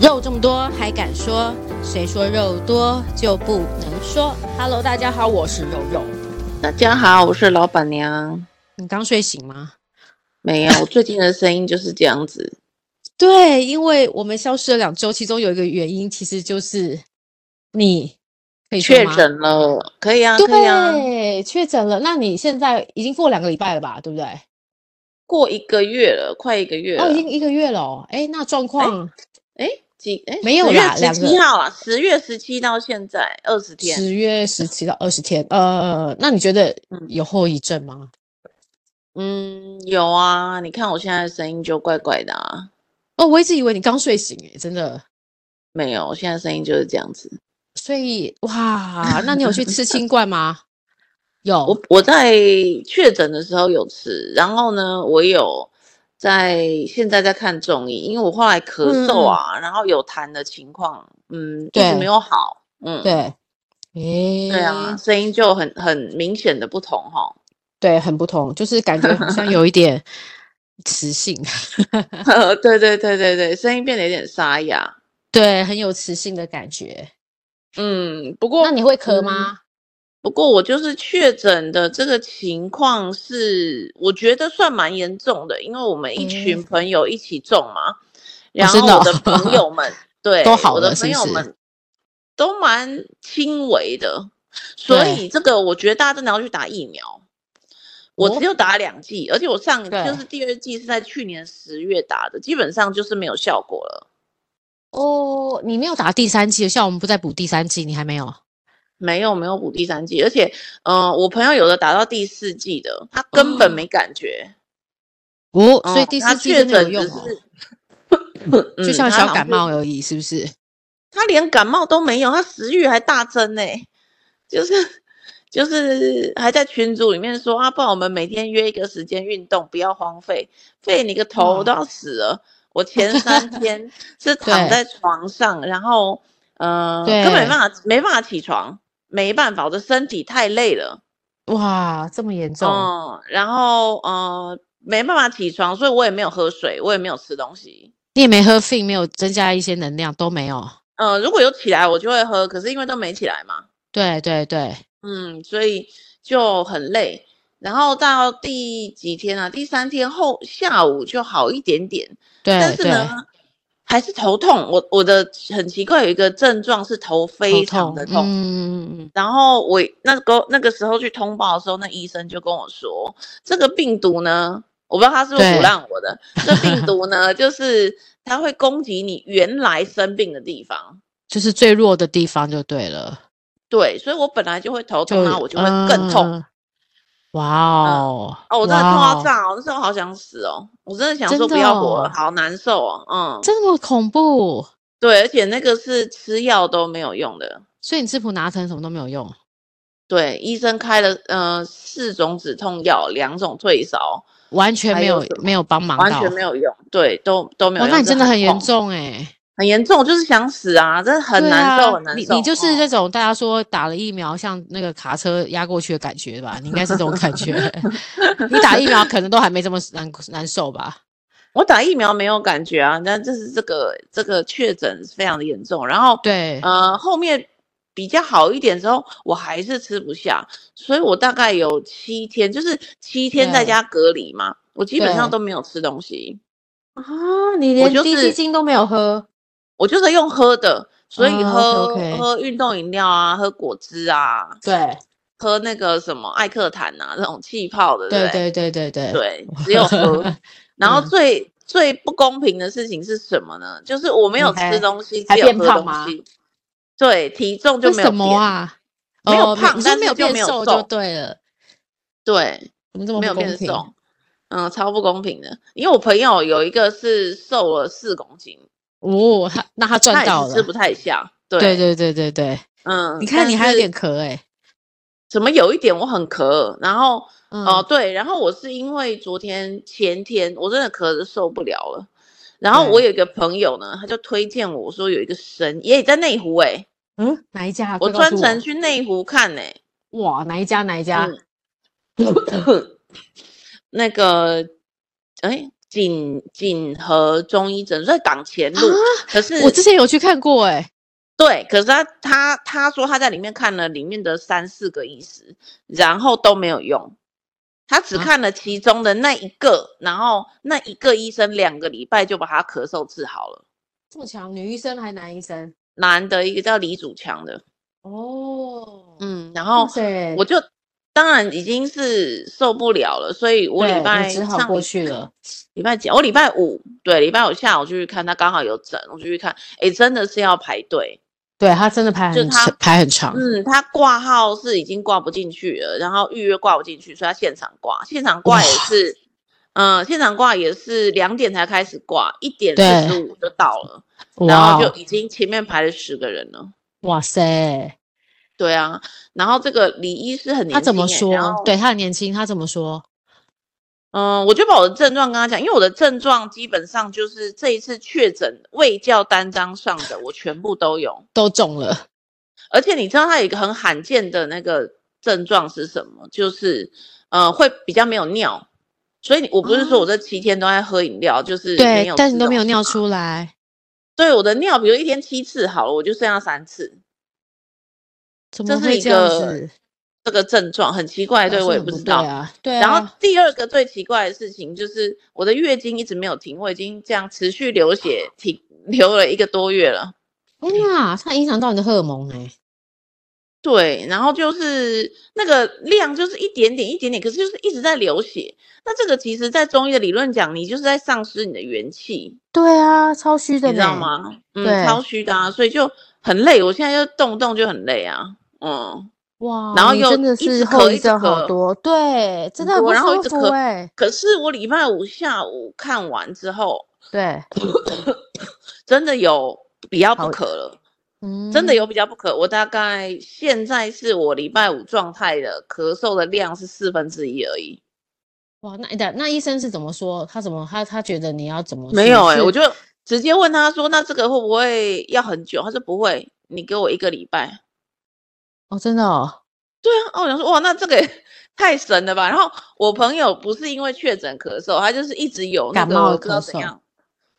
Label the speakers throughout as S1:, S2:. S1: 肉这么多还敢说？谁说肉多就不能说？Hello，大家好，我是肉肉。
S2: 大家好，我是老板娘。
S1: 你刚睡醒吗？
S2: 没有，我最近的声音就是这样子。
S1: 对，因为我们消失了两周，其中有一个原因其实就是你可以说
S2: 确
S1: 吗
S2: 诊了，可以啊，可以啊。
S1: 对，确诊了。那你现在已经过两个礼拜了吧？对不对？
S2: 过一个月了，快一个月了。
S1: 哦，已经一个月了、哦。哎，那状况
S2: 哎几哎
S1: 没有
S2: 10
S1: 啦
S2: 月
S1: 两
S2: 十
S1: 个
S2: 七号啊，十月十七到现在二十天，
S1: 十月十七到二十天。呃，那你觉得
S2: 嗯
S1: 有后遗症吗？
S2: 嗯，有啊，你看我现在的声音就怪怪的啊，
S1: 哦，我一直以为你刚睡醒、诶，真的。
S2: 没有，我现在声音就是这样子。
S1: 所以哇，那你有去吃新冠吗？有
S2: 我我在确诊的时候有吃，然后呢，我有在现在在看中医，因为我后来咳嗽啊，然后有痰的情况，嗯，一
S1: 嗯对
S2: 直没有好，嗯，
S1: 对，诶、
S2: 对啊，声音就很很明显的不同哈、
S1: 对，很不同，就是感觉好像有一点磁性，
S2: 对对对对对，声音变得有点沙哑，
S1: 对，很有磁性的感觉。
S2: 嗯，不过
S1: 那你会咳吗？
S2: 不过我就是确诊的这个情况是，我觉得算蛮严重的，因为我们一群
S1: 嗯
S2: 朋友一起中嘛，然
S1: 真的
S2: 后我哦的
S1: 哦
S2: 朋友 们、对
S1: 都好
S2: 我的
S1: 了是
S2: 朋
S1: 不
S2: 友
S1: 是
S2: 们都蛮轻微的，所
S1: 对
S2: 以这个我觉得大家真的要去打疫苗。我
S1: 哦
S2: 只有打两剂，而且我上
S1: 对
S2: 就是第二剂是在去年十月打的，基本上就是没有效果了。嗯
S1: 哦，你没有打第三季，像我们不再补第三季，你还没有。
S2: 没有没有补第三剂，而且，嗯、我朋友有的打到第四剂的，他根本没感觉。
S1: 哦，
S2: 哦
S1: 所以第
S2: 他
S1: 四季
S2: 确
S1: 真的有用
S2: 诊只
S1: 哦，
S2: 是，
S1: 就
S2: 嗯
S1: 像
S2: 他
S1: 小
S2: 好
S1: 感
S2: 是
S1: 冒而已，是不是？
S2: 他连感冒都没有，他食欲还大增呢、就是就是还在群组里面说啊，不然我们每天约一个时间运动，不要荒废，废你个头，我都要死了。我前三 天是躺
S1: 嗯对
S2: 在床上，然后呃，
S1: 对
S2: 根本没办法没办法起床，没办法，我的身体太累了。
S1: 哇，这么严重，
S2: 嗯，然后呃没办法起床，所以我也没有喝水，我也没有吃东西。
S1: 你也没喝 f 没有增加一些能量，都没有。
S2: 嗯、如果有起来我就会喝，可是因为都没起来嘛，
S1: 对对对，
S2: 嗯，所以就很累。然后到第几天啊？第三天后下午就好一点点，
S1: 对
S2: 但是
S1: 对，
S2: 呢，还是头痛。我我的很奇怪，有一个症状是头非常
S1: 头
S2: 的
S1: 痛，
S2: 痛，
S1: 嗯，嗯
S2: 然后我那个那个时候去通报的时候，那医生就跟我说，这个病毒呢，我不知道他是不是
S1: 对
S2: 鼓浪 我的，这病毒呢，就是它会攻击你原来生病的地方。
S1: 就是最弱的地方就对了，
S2: 对，所以我本来就会头痛，
S1: 就
S2: 然后我就会更痛。
S1: 嗯哇哦，
S2: 哦，我真的痛
S1: 哇
S2: 到
S1: 哦，
S2: 炸哦！那时候好想死哦，我真的想说
S1: 真的
S2: 不要活了，
S1: 哦
S2: 好难受哦。嗯，
S1: 这么恐怖，
S2: 对，而且那个是吃药都没有用的。
S1: 所以你吃普拿疼什么都没有用，
S2: 对，医生开了呃四种止痛药，两种退烧，
S1: 完全
S2: 还
S1: 没
S2: 有
S1: 有
S2: 什么
S1: 没有帮忙到，
S2: 完全没有用，对，都都没有
S1: 哇，
S2: 用。
S1: 那你
S2: 就
S1: 真的很
S2: 很
S1: 严
S2: 痛，
S1: 重哎。
S2: 很严重，就是想死啊，真的很
S1: 对
S2: 难受，
S1: 啊
S2: 很难
S1: 你
S2: 受。
S1: 你就是
S2: 嗯
S1: 那种大家说打了疫苗像那个卡车压过去的感觉吧？你应该是这种感觉。 你打疫苗可能都还没这么难难受吧？
S2: 我打疫苗没有感觉啊，但就是这个这个确诊非常的严重，然后
S1: 对，
S2: 呃后面比较好一点之后，我还是吃不下，所以我大概有七天，就是七天在
S1: 对
S2: 家隔离嘛，我基本上
S1: 对
S2: 都没有吃东西，
S1: 啊，你
S2: 连就低基是
S1: 精都没有喝，
S2: 我就是用喝的，所以
S1: 哦
S2: 喝、
S1: ，OK，OK
S2: 喝运动饮料啊，喝果汁啊，
S1: 对，
S2: 喝那个什么艾克坦啊这种气泡的，
S1: 对
S2: 不对
S1: 对对对对，
S2: 对，只有喝。然后
S1: 嗯
S2: 最、最不公平的事情是什么呢？就是我没有
S1: 你还
S2: 吃东西，
S1: 还
S2: 只有
S1: 变
S2: 喝
S1: 胖
S2: 东
S1: 吗
S2: 西。对，体重就
S1: 为
S2: 没有
S1: 什
S2: 变。
S1: 么啊？
S2: 没有
S1: 哦
S2: 胖
S1: 你
S2: 但
S1: 是
S2: 是
S1: 没有
S2: 就
S1: 变
S2: 没有
S1: 瘦就
S2: 重
S1: 对了，
S2: 对，
S1: 怎么这么
S2: 没有
S1: 不公
S2: 变
S1: 平？
S2: 瘦。嗯，超不公平的。因为我朋友有一个是瘦了四公斤，
S1: 哦，他那他
S2: 他
S1: 赚
S2: 也
S1: 到
S2: 是吃
S1: 了
S2: 不，太下。对
S1: 对对对对对，
S2: 嗯，
S1: 你看
S2: 但
S1: 你还有
S2: 是
S1: 点咳哎，
S2: 怎么有一点我很咳，然后哦，
S1: 嗯，
S2: 对，然后我是因为昨天前天我真的咳得受不了了，然后我有一个朋友呢，他就推荐我说有一个神也在内湖哎、
S1: 嗯，哪一家啊？
S2: 我
S1: 快告
S2: 专
S1: 诉
S2: 程去内湖看呢、 欸。
S1: 哇，哪一
S2: 嗯
S1: 家哪一家？
S2: 嗯，那个哎、锦锦和中医诊所在党前路，
S1: 啊
S2: 可是嗯
S1: 我之前有去看过、欸，哎，
S2: 对，可是他他他说他在里面看了里面的三四个医师，然后都没有用，他只
S1: 啊
S2: 看了其中的那一个，然后那一个医生两个礼拜就把他咳嗽治好了。
S1: 这么强，女医生还男医生？
S2: 男的一个叫李祖强的，
S1: 哦，
S2: 嗯，然
S1: 哇
S2: 后
S1: 塞，
S2: 我就当然已经是受不了了，所以我
S1: 对
S2: 礼
S1: 你
S2: 拜
S1: 只好
S2: 上
S1: 过
S2: 礼
S1: 去了。
S2: 礼拜几啊？我礼拜五对，礼拜五下午就去看他，刚好有诊，我就去看，哎，真的是要排队，
S1: 对他真的排
S2: 就
S1: 很
S2: 他
S1: 长排很长，
S2: 嗯，他挂号是已经挂不进去了，然后预约挂不进去，所以他现场挂，现场挂也
S1: 哇
S2: 是，嗯、现场挂也是两点才开始挂，一点
S1: 对
S2: 四十五就到了，嗯然
S1: 哇
S2: 后就
S1: 哦
S2: 已经前面排了十个人了。
S1: 哇塞，
S2: 对啊，然后这个李医师很年轻、欸
S1: 他怎么说？
S2: 然后
S1: 对他很年轻，他怎么说？
S2: 嗯，我就把我的症状跟他讲，因为我的症状基本上就是这一次确诊未教单张上的，我全部都有。
S1: 都中了，
S2: 而且你知道它有一个很罕见的那个症状是什么？就是呃，会比较没有尿。所以你我不是说我这七天都在喝饮料，就是没
S1: 哦对
S2: 有，
S1: 但
S2: 吃
S1: 你都没
S2: 东
S1: 有
S2: 西
S1: 尿
S2: 嘛。
S1: 出来，
S2: 对，我的尿，比如一天七次好了，我就剩下三次，
S1: 怎
S2: 这
S1: 么
S2: 是
S1: 会
S2: 一
S1: 这样
S2: 个
S1: 子？
S2: 这个症状很奇怪，
S1: 表
S2: 对
S1: 示
S2: 我也
S1: 哦很
S2: 不
S1: 不
S2: 知道
S1: 对。啊，对啊。
S2: 然后第二个最奇怪的事情就是我的月经一直没有停，我已经这样持续流血停流了一个多月了。
S1: 天呐，它影响到你的荷尔蒙哎、
S2: 对，然后就是那个量就是一点点一点点，可是就是一直在流血。那这个其实，在中医的理论讲，你就是在丧失你的元气，
S1: 对啊，超虚
S2: 你
S1: 的
S2: 知道
S1: 呢？
S2: 吗？嗯，
S1: 对
S2: 超虚的啊，所以就很累。我现在就动不动就很累啊，嗯。
S1: 哇，
S2: 然后
S1: 你
S2: 又
S1: 真的
S2: 一直
S1: 是
S2: 咳
S1: 后遗
S2: 一直
S1: 症好
S2: 咳
S1: 多，对，真的很
S2: 很多
S1: 不
S2: 然后一
S1: 舒
S2: 直
S1: 服
S2: 咳
S1: 哎、
S2: 可是我礼拜五下午看完之后，
S1: 对，
S2: 真的有比较不
S1: 好
S2: 渴了，
S1: 嗯，
S2: 真的有比较不渴。我大概现在是我礼拜五状态的咳嗽的量是四分之一而已。
S1: 哇，那那那医生是怎么说？他怎么他他觉得你要怎么
S2: 没有哎、
S1: 哎、
S2: 我就直接问他说：“那这个会不会要很久？”他说：“不会，你给我一个礼拜。
S1: 哦真的哦，”
S2: 对啊，哦我想说哇，那这个也 太神了吧！然后我朋友不是因为确诊咳嗽，他就是一直有那
S1: 感冒
S2: 个
S1: 的
S2: 不知道
S1: 咳
S2: 怎
S1: 嗽
S2: 样，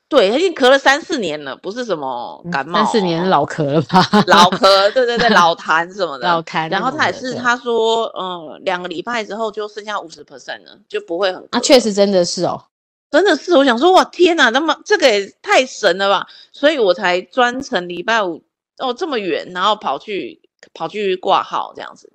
S2: 对，他已经咳了三四年了，不是什么
S1: 嗯
S2: 感冒哦，
S1: 三四年老咳了吧，
S2: 老咳，对对对，老痰什么 的。
S1: 老痰那种的，
S2: 然后他也是，
S1: 对
S2: 他说，嗯，两个礼拜之后就剩下五十 percent 了，就不会很
S1: 啊，
S2: 咳
S1: 确
S2: 了
S1: 实真的是哦，
S2: 真的是，我想说，哇，天哪，那么这个也太神了吧！所以我才专程礼拜五哦这么远，然后跑去跑去挂号这样子。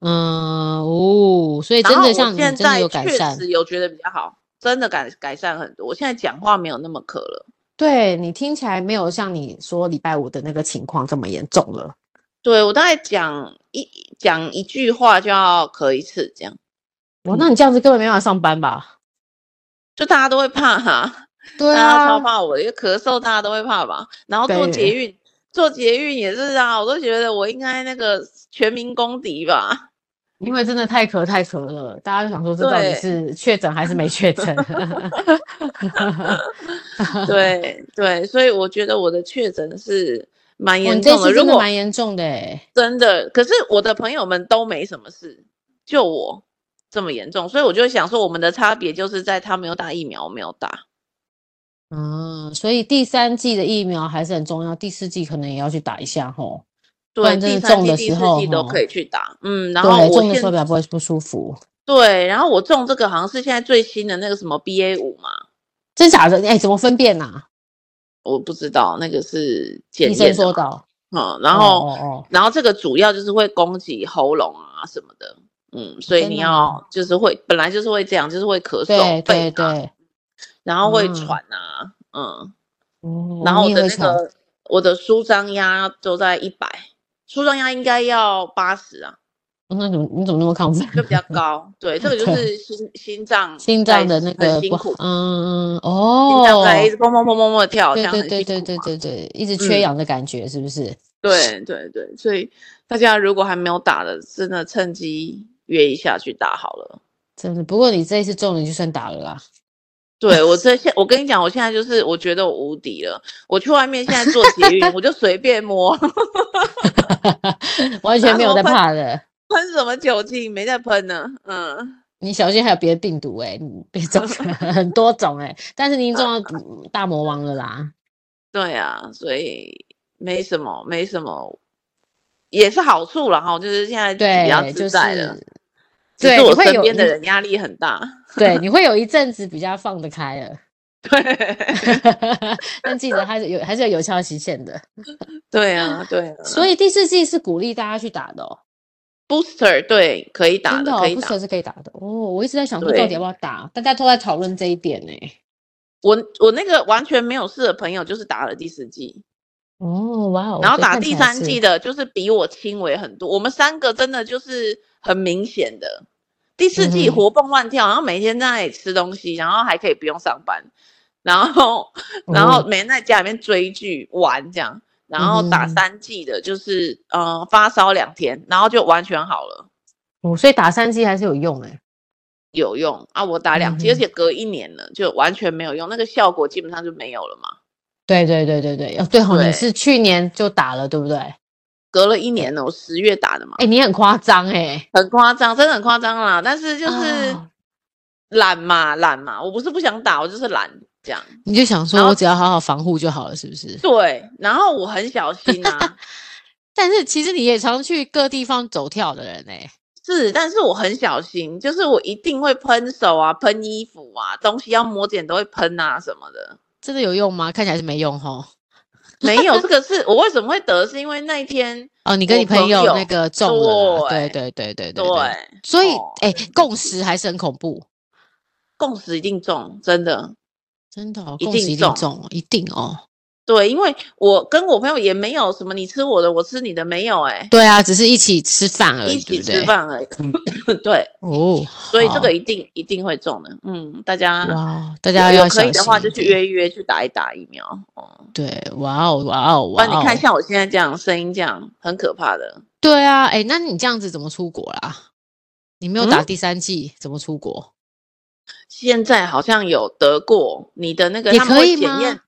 S1: 嗯哦，所以
S2: 然
S1: 真
S2: 后
S1: 的
S2: 我
S1: 像你
S2: 现
S1: 真的
S2: 在
S1: 有改
S2: 确
S1: 善，
S2: 实有觉得比较好，真的改改善很多。我现在讲话没有那么渴了。
S1: 对你听起来没有像你说礼拜五的那个情况这么严重了。
S2: 对我大概讲一讲一句话就要咳一次，这样嗯
S1: 哇，那你这样子根本没办法上班吧？
S2: 就大家都会怕哈、
S1: 对啊
S2: 大家超怕我的，因为咳嗽大家都会怕吧。然后做
S1: 对
S2: 捷运，做捷运也是啊，我都觉得我应该那个全民公敌吧。
S1: 因为真的太咳太咳了，大家就想说这到底
S2: 对
S1: 是确诊还是没确 诊？
S2: 对对，所以我觉得我的确诊是蛮
S1: 我
S2: 严
S1: 这
S2: 重的。
S1: 次
S2: 如
S1: 真的
S2: 果
S1: 蛮严重的哎、
S2: 真的，可是我的朋友们都没什么事，就我这么严重，所以我就想说，我们的差别就是在他没有打疫苗，我没有打。
S1: 嗯，所以第三季的疫苗还是很重要，第四季可能也要去打一下吼。
S2: 对，
S1: 然真的
S2: 第三
S1: 中
S2: 季、
S1: 的
S2: 第
S1: 时
S2: 四
S1: 候
S2: 季都
S1: 吼
S2: 可以去打。嗯，然后
S1: 对，
S2: 我
S1: 中的
S2: 现
S1: 时候比较不会不舒服，
S2: 对，然后我中这个好像是现在最新的那个什么 BA 五嘛，
S1: 真假的？哎、怎么分辨呐、
S2: 我不知道那个是检
S1: 医生
S2: 验的
S1: 说
S2: 嘛。
S1: 的哦，
S2: 嗯，然
S1: 哦
S2: 后
S1: 哦哦，
S2: 然后这个主要就是会攻击喉咙啊什么的，嗯，所以
S1: 真
S2: 你
S1: 的
S2: 要就是会本来就是会这样，就是会咳
S1: 对对
S2: 嗽、肺
S1: 对，
S2: 啊，然后会
S1: 嗯
S2: 喘啊，嗯，
S1: 哦
S2: 然后
S1: 你也
S2: 我的
S1: 会
S2: 那
S1: 传
S2: 个我的舒张压都在一百，舒张压应该要八十啊，
S1: 那怎么你怎么那么亢奋？
S2: 就比较 高。对，这个就
S1: 对
S2: 是心心脏
S1: 心
S2: 在
S1: 脏的那个
S2: 很辛
S1: 不
S2: 苦，
S1: 嗯嗯哦，
S2: 心脏在一直砰砰砰砰砰的跳，这
S1: 对
S2: 样
S1: 对
S2: 很辛
S1: 对
S2: 苦
S1: 对对
S2: 嘛
S1: 对对，一直缺
S2: 嗯
S1: 氧的感觉是不是？
S2: 对对对，所以大家如果还没有打的，真的趁机约一下去打好了。
S1: 真的，不过你这一次中了就算打了 啦。
S2: 对我这现，我跟你讲，我现在就是我觉得我无敌了。我去外面现在坐 捷运，我就随便摸，
S1: 完全没有在怕的。
S2: 喷什么酒精没在喷呢。嗯，
S1: 你小心还有别的病毒哎、你别中 了很多种哎、但是你已经中了毒大魔王了 啦。
S2: 对啊，所以没什么，没什么，也是好处了哈，就是现在比较
S1: 对，就
S2: 自
S1: 是
S2: 在了。只
S1: 对，
S2: 是
S1: 你
S2: 我
S1: 会
S2: 身
S1: 有
S2: 边的
S1: 你
S2: 人压力很大，
S1: 对，你会有一阵子比较放得开 了。
S2: 对
S1: 但记得还是有还是有有效期限的，
S2: 对啊，对啊
S1: 所以第四季是鼓励大家去打的哦，
S2: ，booster 对可以打
S1: 真
S2: 的，
S1: 的哦
S2: 可以
S1: 不
S2: 打
S1: 蛇是可以打的哦。我一直在想说到底
S2: 对
S1: 要不要打，大家都在讨论这一点呢、哎
S2: 我我那个完全没有事的朋友，就是打了第四季，
S1: 哦，哇哦！
S2: 然后
S1: 所以
S2: 打
S1: 看起
S2: 第
S1: 来
S2: 三
S1: 是
S2: 季的，就是比我轻微很多。我们三个真的就是很明显的，第四季
S1: 嗯哼
S2: 活蹦乱跳，然后每天在那里吃东西，然后还可以不用上班，然后 然后
S1: 哦
S2: 每天在家里面追剧玩这样。然后打
S1: 嗯哼
S2: 三季的，就是嗯、呃发烧两天，然后就完全好了，
S1: 哦，所以打三季还是有用哎、
S2: 有用啊！我打两季，而
S1: 嗯哼
S2: 且隔一年了，就完全没有用，那个效果基本上就没有了嘛。
S1: 对对对对对，哦对哦，你
S2: 对
S1: 是去年就打了对不对？哎、
S2: 隔了一年了，我十月打的嘛，
S1: 你很夸张哎、
S2: 很夸张，真的很夸张啦。但是就是
S1: 啊
S2: 懒嘛，懒嘛，我不是不想打，我就是懒这样。
S1: 你就想
S2: 然
S1: 说
S2: 后
S1: 我只要好好防护就好了，是不是？
S2: 对，然后我很小心 啊，
S1: 但是其实你也常去各地方走跳的人哎、
S2: 是，但是我很小心，就是我一定会喷手啊，喷衣服啊，东西要摸检都会喷啊什么的。
S1: 真的有用吗？看起来是没用吼。
S2: 没有，这个是我为什么会得，是因为那一天
S1: 哦，你跟
S2: 我
S1: 你朋
S2: 朋
S1: 友
S2: 友
S1: 那个中了啦，对
S2: 对
S1: 对对对
S2: 对
S1: 对，所以
S2: 哦
S1: 哎、共识还是很恐怖，
S2: 共识一定中，真的。
S1: 真的、哦，
S2: 一
S1: 共识一
S2: 定
S1: 定
S2: 中
S1: 中哦，一定哦。
S2: 对，因为我跟我朋友也没有什么，你吃我的，我吃你的，没有哎、
S1: 对啊，只是一起吃饭而已，呃对
S2: 一起
S1: 不
S2: 吃
S1: 对？
S2: 饭 而已。对，
S1: 哦，
S2: 所以这
S1: 好
S2: 个一定一定会中的。嗯，大家
S1: 哇，哦大家
S2: 有有
S1: 要小
S2: 可
S1: 心
S2: 以的话就
S1: 一
S2: 去
S1: 点。
S2: 约一约去打一打疫苗。哦，
S1: 对，哇哦，哇哦，
S2: 不
S1: 哇
S2: 然你
S1: 哦！
S2: 看像我现在这样声音这样，很可怕的。
S1: 对啊，哎，那你这样子怎么出国啦？你没有打
S2: 嗯
S1: 第三季，怎么出国？
S2: 现在好像有得过你的那个，
S1: 也
S2: 他们
S1: 可
S2: 会
S1: 以
S2: 检
S1: 吗
S2: 验，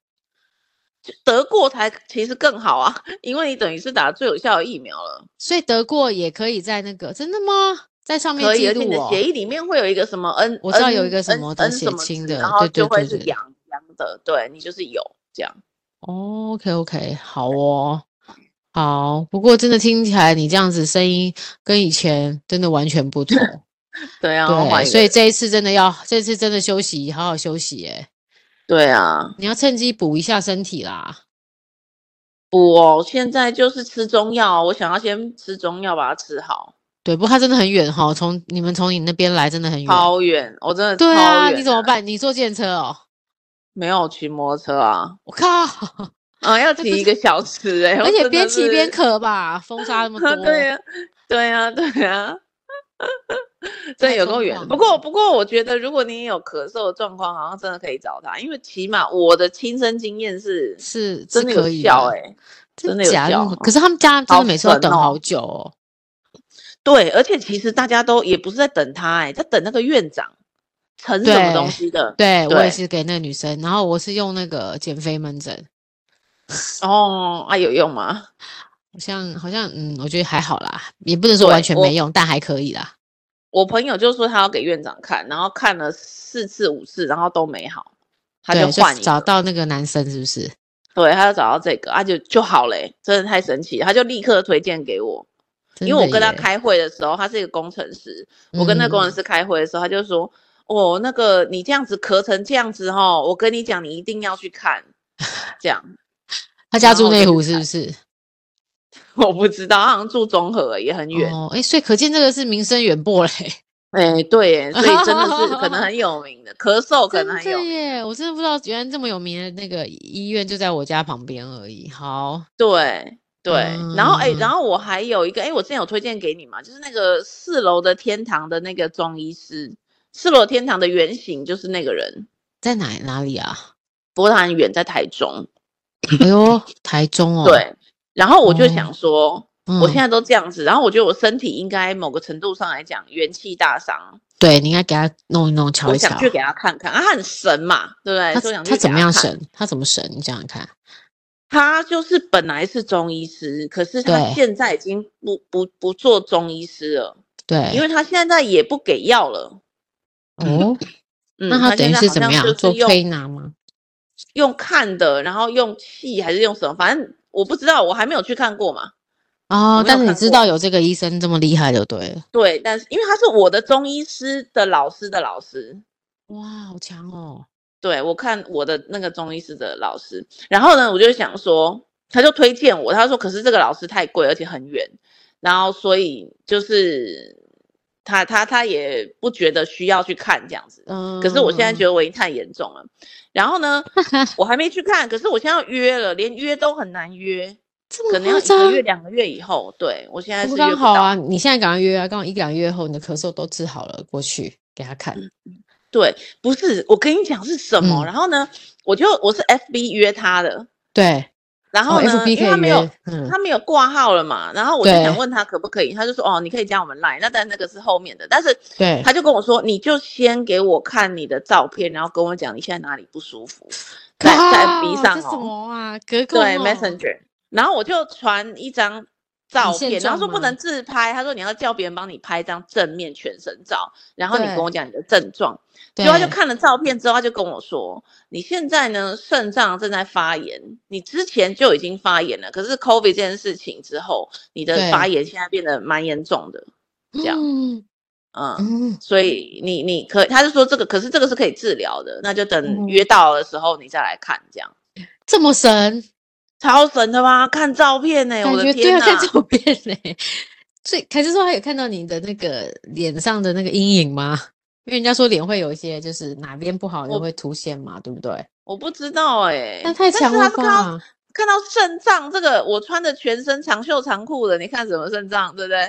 S2: 就得过才其实更好啊， 因为你等于是打最有效的疫苗了。
S1: 所以德国也可以在那个，真的吗？在上面
S2: 可以，
S1: 记
S2: 而且你
S1: 录
S2: 的
S1: 哦。
S2: 协议里面会有一个什么 N，
S1: 我知道有一个
S2: N-
S1: 什么的
S2: N
S1: 血
S2: 什么
S1: 清
S2: 值
S1: 的
S2: 然后
S1: 对对
S2: 就会
S1: 对
S2: 是
S1: 对
S2: 阳阳的，对你就是有这样。
S1: 哦，OK OK，好哦，好。不过真的听起来你这样子声音跟以前真的完全不 同，
S2: 对啊，
S1: 对，
S2: 换一
S1: 所
S2: 个
S1: 以这一次真的要，这次真的休息，好好休息，哎，
S2: 对啊，
S1: 你要趁机补一下身体啦。
S2: 补哦，现在就是吃中药，我想要先吃中药把它吃好。
S1: 对，不过它真的很远哈，从你们从你那边来真的很远。
S2: 超远，我真的超
S1: 对
S2: 远、
S1: 啊，你怎么？办？你坐电车哦？
S2: 没有骑摩托车啊，
S1: 我靠！
S2: 啊，要
S1: 这
S2: 骑
S1: 不
S2: 一
S1: 是
S2: 个小时哎、欸，
S1: 而
S2: 我
S1: 且
S2: 真
S1: 边
S2: 的
S1: 骑边
S2: 是
S1: 咳吧，风沙那 么多。
S2: 对啊呀、对呀、对呀、
S1: 太
S2: 对，有
S1: 疯
S2: 够远
S1: 狂
S2: 的。不
S1: 了
S2: 过，不过，我觉得如果你也有咳嗽的状况，好像真的可以找他，因为起码我的亲身经验是
S1: 是
S2: 真的
S1: 是
S2: 有
S1: 可以
S2: 效
S1: 的
S2: 哎、真的有
S1: 假的
S2: 效
S1: 那么？可是他们家真
S2: 好
S1: 的每次都
S2: 神
S1: 等
S2: 哦
S1: 好久哦。
S2: 对，而且其实大家都也不是在等他哎、在等那个院长成什么
S1: 对
S2: 东西的
S1: 对我也
S2: 对
S1: 是给那个女生，然后我是用那个减肥门诊，
S2: 哦，啊，有用吗？
S1: 好像好像嗯，我觉得还好啦，也不能说完
S2: 对
S1: 全
S2: 我
S1: 没用，但还可以啦。
S2: 我朋友就说他要给院长看，然后看了四次五次，然后都没好，他
S1: 对，
S2: 就换一
S1: 找
S2: 个，
S1: 到那个男生是不是？
S2: 对，他就找到这个，他就就好嘞、真的太神奇了，他就立刻推荐给我，因为
S1: 真
S2: 我
S1: 的
S2: 跟他
S1: 耶，
S2: 开会的时候，他是一个工程师，我跟那个工程
S1: 嗯
S2: 师开会的时候，他就说：“哦，那个你这样子咳成这样子哦，我跟你讲，你一定要 去看。”这样
S1: 他家
S2: 然
S1: 住
S2: 后我就
S1: 内
S2: 去
S1: 湖是
S2: 看
S1: 不是？
S2: 我不知道，他好像住中和也很远。
S1: 哦，哎，所以可见这个是名声远播嘞。
S2: 哎、对耶，所以真的 是可能很有名的，咳嗽可
S1: 真
S2: 能很有
S1: 的
S2: 名。
S1: 耶！我真的不知道，原来这么有名的那个医院就在我家旁边而已。好，
S2: 对对，然后哎、
S1: 嗯
S2: 然后我还有一个哎、我之前有推荐给你嘛，就是那个四楼的天堂的那个中医师，四楼天堂的原型就是那个人，
S1: 在哪哪里啊？
S2: 不过他很远，在台中。
S1: 哎呦，台中哦。
S2: 对，然后我就
S1: 哦
S2: 想说。
S1: 嗯，
S2: 我现在都这样子，然后我觉得我身体应该某个程度上来讲元气大伤，
S1: 对你应该给他弄一弄，瞧
S2: 我
S1: 一瞧。
S2: 想去给他看看啊，他很神嘛，对不对？
S1: 他
S2: 所以想去
S1: 他
S2: 给
S1: 怎么样
S2: 看？
S1: 神？他怎么神？你想想看。
S2: 他就是本来是中医师，可是他
S1: 对
S2: 现在已经不不不做中医师了，
S1: 对，
S2: 因为他现在也不给药了。
S1: 哦，
S2: 嗯，
S1: 那
S2: 他
S1: 他等
S2: 现
S1: 于
S2: 在
S1: 是
S2: 好
S1: 怎么
S2: 像
S1: 样
S2: 就
S1: 做
S2: 是用
S1: 推拿吗？
S2: 用看的，然后用气还是用什么，反正我不知道，我还没有去看过嘛。
S1: 哦
S2: 我，没有
S1: 但是你
S2: 看
S1: 知
S2: 过
S1: 道有这个医生这么厉害就对了。
S2: 对，但是因为他是我的中医师的老师的老师，
S1: 哇，好强哦！
S2: 对我看我的那个中医师的老师，然后呢，我就想说，他就推荐我，他说可是这个老师太贵，而且很远，然后所以就是他他他也不觉得需要去看这样子。
S1: 嗯，
S2: 可是我现在觉
S1: 得
S2: 得我已经太严重了，然 后呢，我还没去看，可是我现在要约了，连约都很难约，
S1: 嗯这
S2: 可
S1: 么
S2: 能
S1: 夸
S2: 要一个
S1: 张
S2: 月，两个月以后。对我现在
S1: 不
S2: 是
S1: 过
S2: 约
S1: 刚
S2: 不
S1: 好
S2: 到。
S1: 啊！你现在赶快约啊，刚好一两个月后你的咳嗽都治好了，过去给他看。
S2: 嗯对，不是我跟你讲是什么，
S1: 嗯
S2: 然后呢，我就我是 FB 约他的，
S1: 对，
S2: 然
S1: 然后
S2: 后呢，
S1: 哦 F B
S2: 哦因为
S1: 可
S2: 他
S1: 以
S2: 没有
S1: 约，嗯，
S2: 他没有挂号了嘛，然后我就想
S1: 对
S2: 问他可不可以，他就说哦，你可以加我们 line，那但那个是后面的，但是
S1: 对
S2: 他就跟我说，你就先给我看你的照片，然后跟我讲你现在哪里不舒服，在在 FB
S1: 靠
S2: 上
S1: 啊这什
S2: 哦，
S1: 么啊？隔空
S2: 对
S1: 哦
S2: Messenger，然后我就传一张。照
S1: 现
S2: 片，然后
S1: 状
S2: 说不
S1: 吗
S2: 能自拍，他说你要叫别人帮你拍一张正面全身照，然后你跟
S1: 对
S2: 我讲你的症状，结
S1: 对，
S2: 果他就看了照片之后，他就跟我说：“你现在呢，肾脏正在发炎，你之前就已经发炎了，可是 COVID 这件事情之后，你的
S1: 对
S2: 发炎现在变得蛮严重的，这样，
S1: 嗯
S2: 嗯，
S1: 嗯，
S2: 所以你你可，他就说这个，可是这个是可以治疗的，那就等
S1: 嗯
S2: 约到的时候你再来看，这样，
S1: 这么神，
S2: 超神的吧？看照片呢、
S1: 感
S2: 哎我的
S1: 觉对
S2: 天
S1: 啊，
S2: 呐，
S1: 看照片嘞。所以凯是说他有看到你的那个脸上的那个阴影吗？因为人家说脸会有一些，就是哪边不好就
S2: 我
S1: 会凸显嘛，对不对？
S2: 我不知道哎、
S1: 那太强
S2: 但
S1: 了
S2: 是他是看到
S1: 吧！
S2: 看到肾脏这个，我穿着全身长袖长裤的，你看什么肾脏，对不对？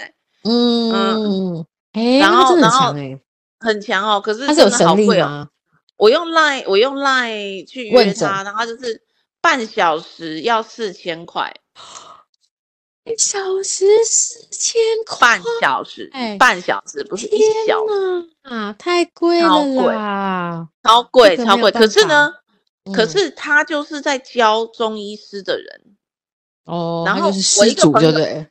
S1: 嗯，哎，那
S2: 然
S1: 他
S2: 后
S1: 真的
S2: 然
S1: 很强
S2: 后
S1: 哎，
S2: 很强哦，可是
S1: 他是有
S2: 真的好
S1: 神力
S2: 贵哦。
S1: 吗？
S2: 我用 Line 我用 Line 去
S1: 问
S2: 约
S1: 诊
S2: 他，然后他就是半小时要四千块，
S1: 一哎小时四千块
S2: 半，小时，
S1: 哎
S2: 半小时不是
S1: 天
S2: 一小时，
S1: 哪，啊，太贵
S2: 超
S1: 了
S2: 贵
S1: 啦！
S2: 超贵
S1: 个
S2: 超
S1: 没有
S2: 贵。可
S1: 办
S2: 是呢，可
S1: 嗯
S2: 是他就是在教中医师的人。
S1: 哦，
S2: 然
S1: 他
S2: 后
S1: 就是
S2: 我一
S1: 失
S2: 个
S1: 主
S2: 朋
S1: 就
S2: 友
S1: 对了，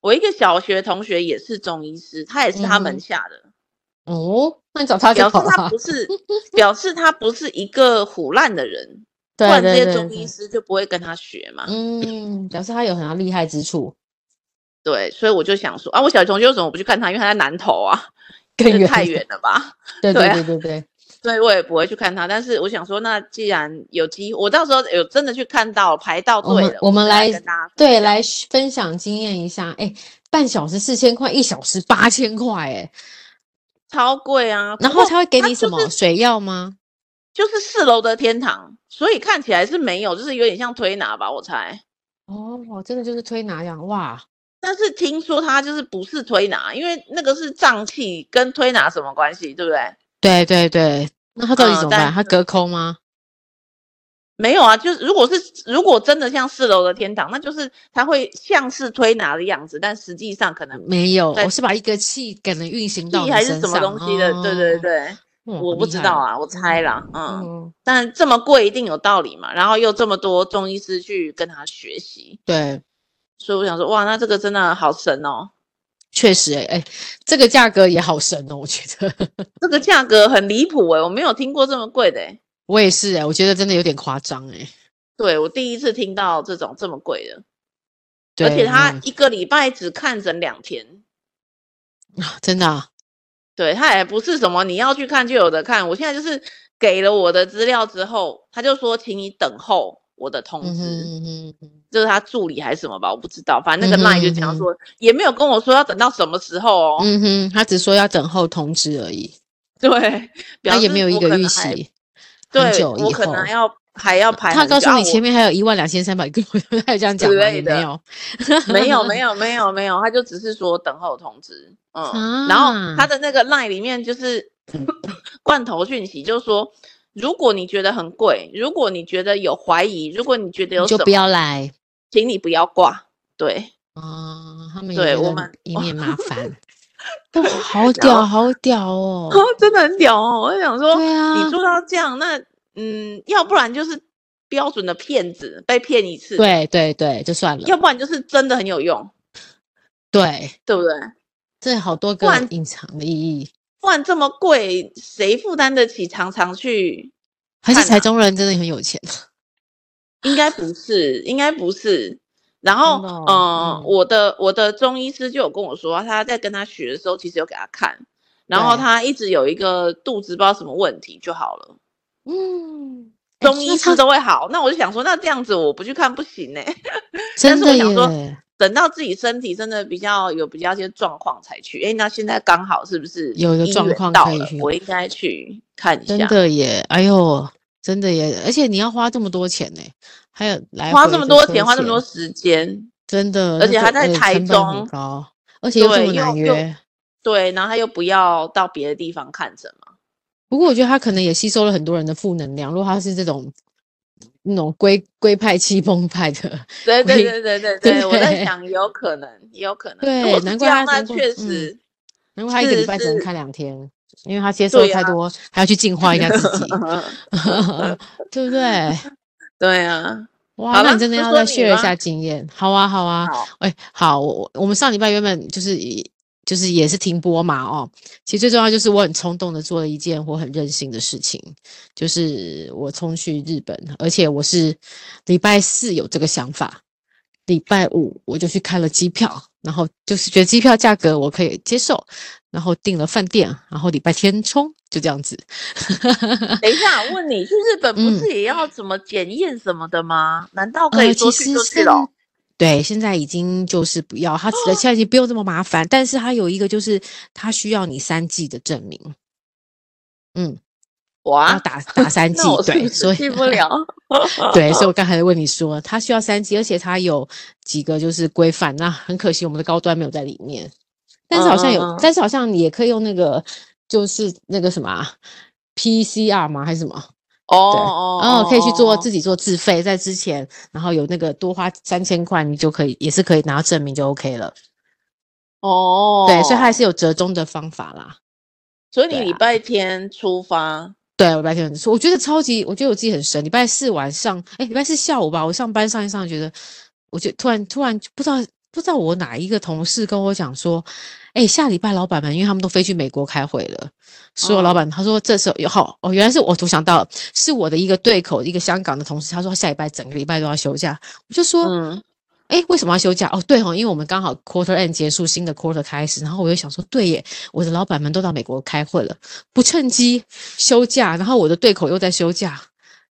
S2: 我一个小学同学也是中医师，他也是他
S1: 嗯哼
S2: 门下的，
S1: 哦，那你找他就
S2: 啊表示
S1: 好
S2: 他
S1: 了
S2: 不。是表示他不是一个虎烂的人，不
S1: 对
S2: 然这
S1: 对
S2: 些
S1: 对
S2: 中
S1: 对
S2: 医师就不会跟他学嘛。
S1: 嗯，表示他有很多厉害之处，
S2: 对，所以我就想说啊，我小学同学为什么不去看他？因为他在南投啊，
S1: 更
S2: 这
S1: 远
S2: 太
S1: 了
S2: 远了吧？
S1: 对
S2: 对
S1: 对
S2: 啊
S1: 对对对，
S2: 所以我也不会去看他。但是我想说，那既然有机我到时候有真的去看到排到
S1: 我
S2: 队
S1: 们
S2: 了，
S1: 我们
S2: 再来
S1: 来
S2: 跟大家
S1: 对来分享经验一下。哎，半小时四千块，一小时八千块，哎，
S2: 超贵啊。
S1: 然
S2: 不过
S1: 后他会给
S2: 它
S1: 你什
S2: 就
S1: 么、
S2: 是
S1: 水药吗？
S2: 就是四楼的天堂，所以看起来是没有，就是有点像推拿吧，我猜。
S1: 哦，真的就是推拿这样哇！
S2: 但是听说他就是不是推拿，因为那个是胀气，跟推拿什么关系，对不对？
S1: 对对对，那他到底
S2: 嗯
S1: 怎么
S2: 但
S1: 办？他
S2: 是
S1: 隔空吗？
S2: 没有啊，就是如果是如果真的像四楼的天堂，那就是他会像是推拿的样子，但实际上可能
S1: 没有，
S2: 在
S1: 我是把一个气可能运行到
S2: 气
S1: 你
S2: 还是
S1: 身
S2: 什么
S1: 上
S2: 东西的，对对，对。
S1: 哦哇
S2: 我
S1: 好
S2: 不
S1: 厉
S2: 知
S1: 害
S2: 道
S1: 哦
S2: 啊，我猜啦，嗯，
S1: 嗯，
S2: 但这么贵一定有道理嘛，然后又这么多中医师去跟他学习，
S1: 对，
S2: 所以我想说，哇，那这个真的好神哦，
S1: 确实，哎哎，这个价格也好神哦，我觉得
S2: 这个价格很离谱欸诶，我没有听过这么贵的诶，
S1: 我也是哎，我觉得真的有点夸张哎。
S2: 对我第一次听到这种这么贵的，
S1: 对
S2: 而且他
S1: 嗯
S2: 一个礼拜只看诊两天，
S1: 啊真的啊、
S2: 对他也不是什么你要去看就有的看，我现在就是给了我的资料之后，他就说请你等候我的通
S1: 嗯
S2: 知。
S1: 哼嗯哼，
S2: 这是他助理还是什么吧，我不知道。反正那个
S1: 嗯哼
S2: line 就这
S1: 嗯
S2: 样
S1: 哼
S2: 说，也没有跟我说要等到什么时候哦。
S1: 嗯哼，他只说要等候通知而已，
S2: 对，
S1: 他
S2: 表
S1: 也
S2: 示
S1: 没有一
S2: 我
S1: 个
S2: 可
S1: 预
S2: 能还
S1: 期，很
S2: 对，
S1: 久
S2: 我
S1: 以
S2: 可
S1: 后。
S2: 能要还要排
S1: 他
S2: 很久。
S1: 告诉
S2: 啊
S1: 你前面还有一万两千三百个， 他有这样讲
S2: 之
S1: 吗？也没
S2: 类的
S1: 有，
S2: 我没有没有没有没有，他就只是说等候通知。嗯，然后他
S1: 啊
S2: 的那个 line 里面就是 罐头讯息，就是说。如果你觉得很贵，如果你觉得有怀疑，如果你觉得有
S1: 你就
S2: 什
S1: 不
S2: 么，
S1: 要来
S2: 请你不要挂。对
S1: 啊！他们也
S2: 对
S1: 觉
S2: 我
S1: 得
S2: 们
S1: 以
S2: 我
S1: 免麻烦。哇，
S2: 对，
S1: 好
S2: 然后
S1: 屌，好屌哦！
S2: 哦， 真的很屌哦！我就想说，
S1: 对啊
S2: 你，做到这样，那嗯，要不然就是标准的骗子，被骗一次；，
S1: 对对对，就算了
S2: 要。不然就是真的很有用，
S1: 对，
S2: 对不对？
S1: 这好多个
S2: 不然
S1: 隐藏的意义。
S2: 不然这么贵，谁负担得起？常常去，
S1: 还是
S2: 看啊
S1: 台中人真的很有钱？
S2: 应该不是，应该不是。然后，
S1: 真的哦
S2: 呃
S1: 嗯
S2: 我的我的中医师就有跟我说，他在跟他学的时候，其实有给他看，然后
S1: 对
S2: 他一直有一个肚子不知道什么问题就好了，
S1: 嗯，哎
S2: 中医
S1: 那
S2: 师
S1: 他
S2: 都会好。那我就想说，那这样子我不去看不行呢、
S1: 真
S2: 但是我
S1: 的
S2: 想说
S1: 耶，
S2: 等到自己身体真的比较有比较一些状况才去。哎，那现在刚好是不是
S1: 有一个
S2: 医
S1: 状
S2: 院
S1: 况
S2: 到
S1: 可以
S2: 了
S1: 去
S2: 我应该去看一
S1: 真
S2: 下。
S1: 的耶，哎呦，真的耶，而且你要花这么多钱呢，还有来
S2: 花
S1: 回
S2: 这么
S1: 的
S2: 多
S1: 车
S2: 钱，花这么多，时间，
S1: 真的，那
S2: 而且
S1: 个
S2: 还在
S1: 呃
S2: 台
S1: 成本很
S2: 中
S1: 高，而且又这
S2: 对
S1: 么
S2: 又
S1: 难
S2: 又
S1: 约。
S2: 对，然后他又不要到别的地方看诊嘛。
S1: 不过我觉得他可能也吸收了很多人的负能量，如果他是这种那种龟龟派气崩派的，
S2: 对对
S1: 会
S2: 对对对对，我在
S1: 对
S2: 想，也有可能，也有可能。
S1: 对
S2: 如果是
S1: 难
S2: 这
S1: 怪
S2: 样，
S1: 他
S2: 那
S1: 能够
S2: 确
S1: 嗯
S2: 实，
S1: 然后他一个
S2: 是
S1: 礼拜只能
S2: 是
S1: 看两天，因为他接受
S2: 对
S1: 太
S2: 啊
S1: 多，还要去净化一下自己， 对不对？
S2: 对啊，
S1: 哇，
S2: 好
S1: 那
S2: 啦
S1: 你真的
S2: 就
S1: 要
S2: 说
S1: 再
S2: 你
S1: share 一
S2: 吧
S1: 下经验。好啊，好啊。
S2: 好，
S1: 哎、好，我我我们上礼拜原本就是以就是也是停播嘛，哦，其实最重要就是我很冲动的做了一件我很任性的事情，就是我冲去日本，而且我是礼拜四有这个想法，礼拜五我就去看了机票，然后就是觉得机票价格我可以接受，然后订了饭店，然后礼拜天冲，就这样子。
S2: 等一下，问你去日本不
S1: 嗯
S2: 是也要怎么检验什么的吗？难道可以
S1: 呃
S2: 说
S1: 其
S2: 去
S1: 实
S2: 就去
S1: 现
S2: 了？哦
S1: 对，现在已经就是不要，它只现在已经不用这么麻烦，但是它有一个就是它需要你三剂的证明，嗯，要
S2: 哇，
S1: 打打三剂
S2: 啊 那我，是
S1: 对，
S2: 不
S1: 所
S2: 是
S1: 以
S2: 去不了？哦
S1: 对，所以我刚才问你说它需要三剂，而且它有几个就是规范，那很可惜我们的高端没有在里面，但是好像有，
S2: 嗯嗯嗯
S1: 但是好像你也可以用那个就是那个什么、啊、PCR 吗还是什么？
S2: 哦
S1: 对
S2: 哦
S1: 哦，可以去做
S2: 哦
S1: 自己做自费，在之前，然后有那个多花三千块，你就可以也是可以拿到证明就 OK 了。
S2: 哦，
S1: 对，所以它还是有折中的方法啦。
S2: 所以你
S1: 对
S2: 礼
S1: 啊
S2: 拜天出发，
S1: 对，我礼拜天说，我觉得超级，我觉得我自己很神。礼拜四晚上，哎，礼拜四下午吧，我上班上一上，觉得，我就突然突然不知道不知道我哪一个同事跟我讲说，哎，下礼拜老板们，因为他们都飞去美国开会了，所有老
S2: 嗯
S1: 板他说这时候有好哦，原来是我我想到了，是我的一个对口一个香港的同事，他说他下礼拜整个礼拜都要休假，我就说，
S2: 嗯，
S1: 哎，为什么要休假？哦，对哦，因为我们刚好 quarter end 结束，新的 quarter 开始。然后我就想说，对耶，我的老板们都到美国开会了，不趁机休假，然后我的对口又在休假，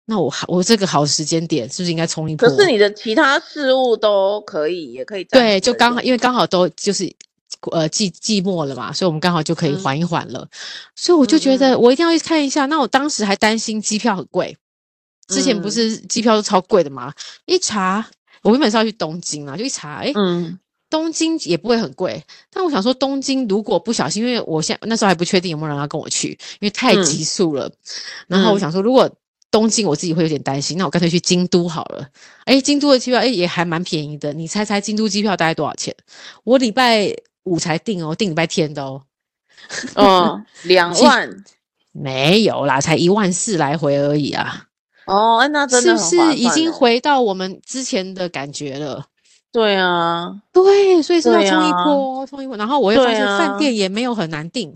S1: 那我好，我这个好时间点是不是应该冲一波？
S2: 可是你的其他事物都可以，也可以暂
S1: 对，
S2: 时
S1: 就
S2: 的
S1: 刚
S2: 用
S1: 好，因为刚好都就是呃季季末了嘛，所以我们刚好就可以
S2: 嗯
S1: 缓一缓了。所以我就觉
S2: 嗯
S1: 得我一定要去看一下。那我当时还担心机票很贵，之前不
S2: 嗯
S1: 是机票都超贵的嘛，一查我原本是要去东京啊，就一查，哎。
S2: 嗯
S1: 东京也不会很贵，但我想说，东京如果不小心，因为我现在那时候还不确定有没有人要跟我去，因为太
S2: 嗯
S1: 急速了。然后我
S2: 嗯
S1: 想说，如果东京我自己会有点担心，那我干脆去京都好了。哎，京都的机票哎也还蛮便宜的，你猜猜京都机票大概多少钱？我礼拜五才订哦，订礼拜天的哦，
S2: 嗯，两
S1: 其实
S2: 万
S1: 没有啦，才一万四来回而已啊，
S2: 哦，哎那真
S1: 是
S2: 的
S1: 不
S2: 很划
S1: 是已
S2: 算
S1: 经
S2: 欸？
S1: 回到我们之前的感觉了？
S2: 对啊，
S1: 对，所以是要
S2: 对
S1: 冲一
S2: 啊
S1: 波，冲一波。然后我又发
S2: 对
S1: 现饭
S2: 啊
S1: 店也没有很难订，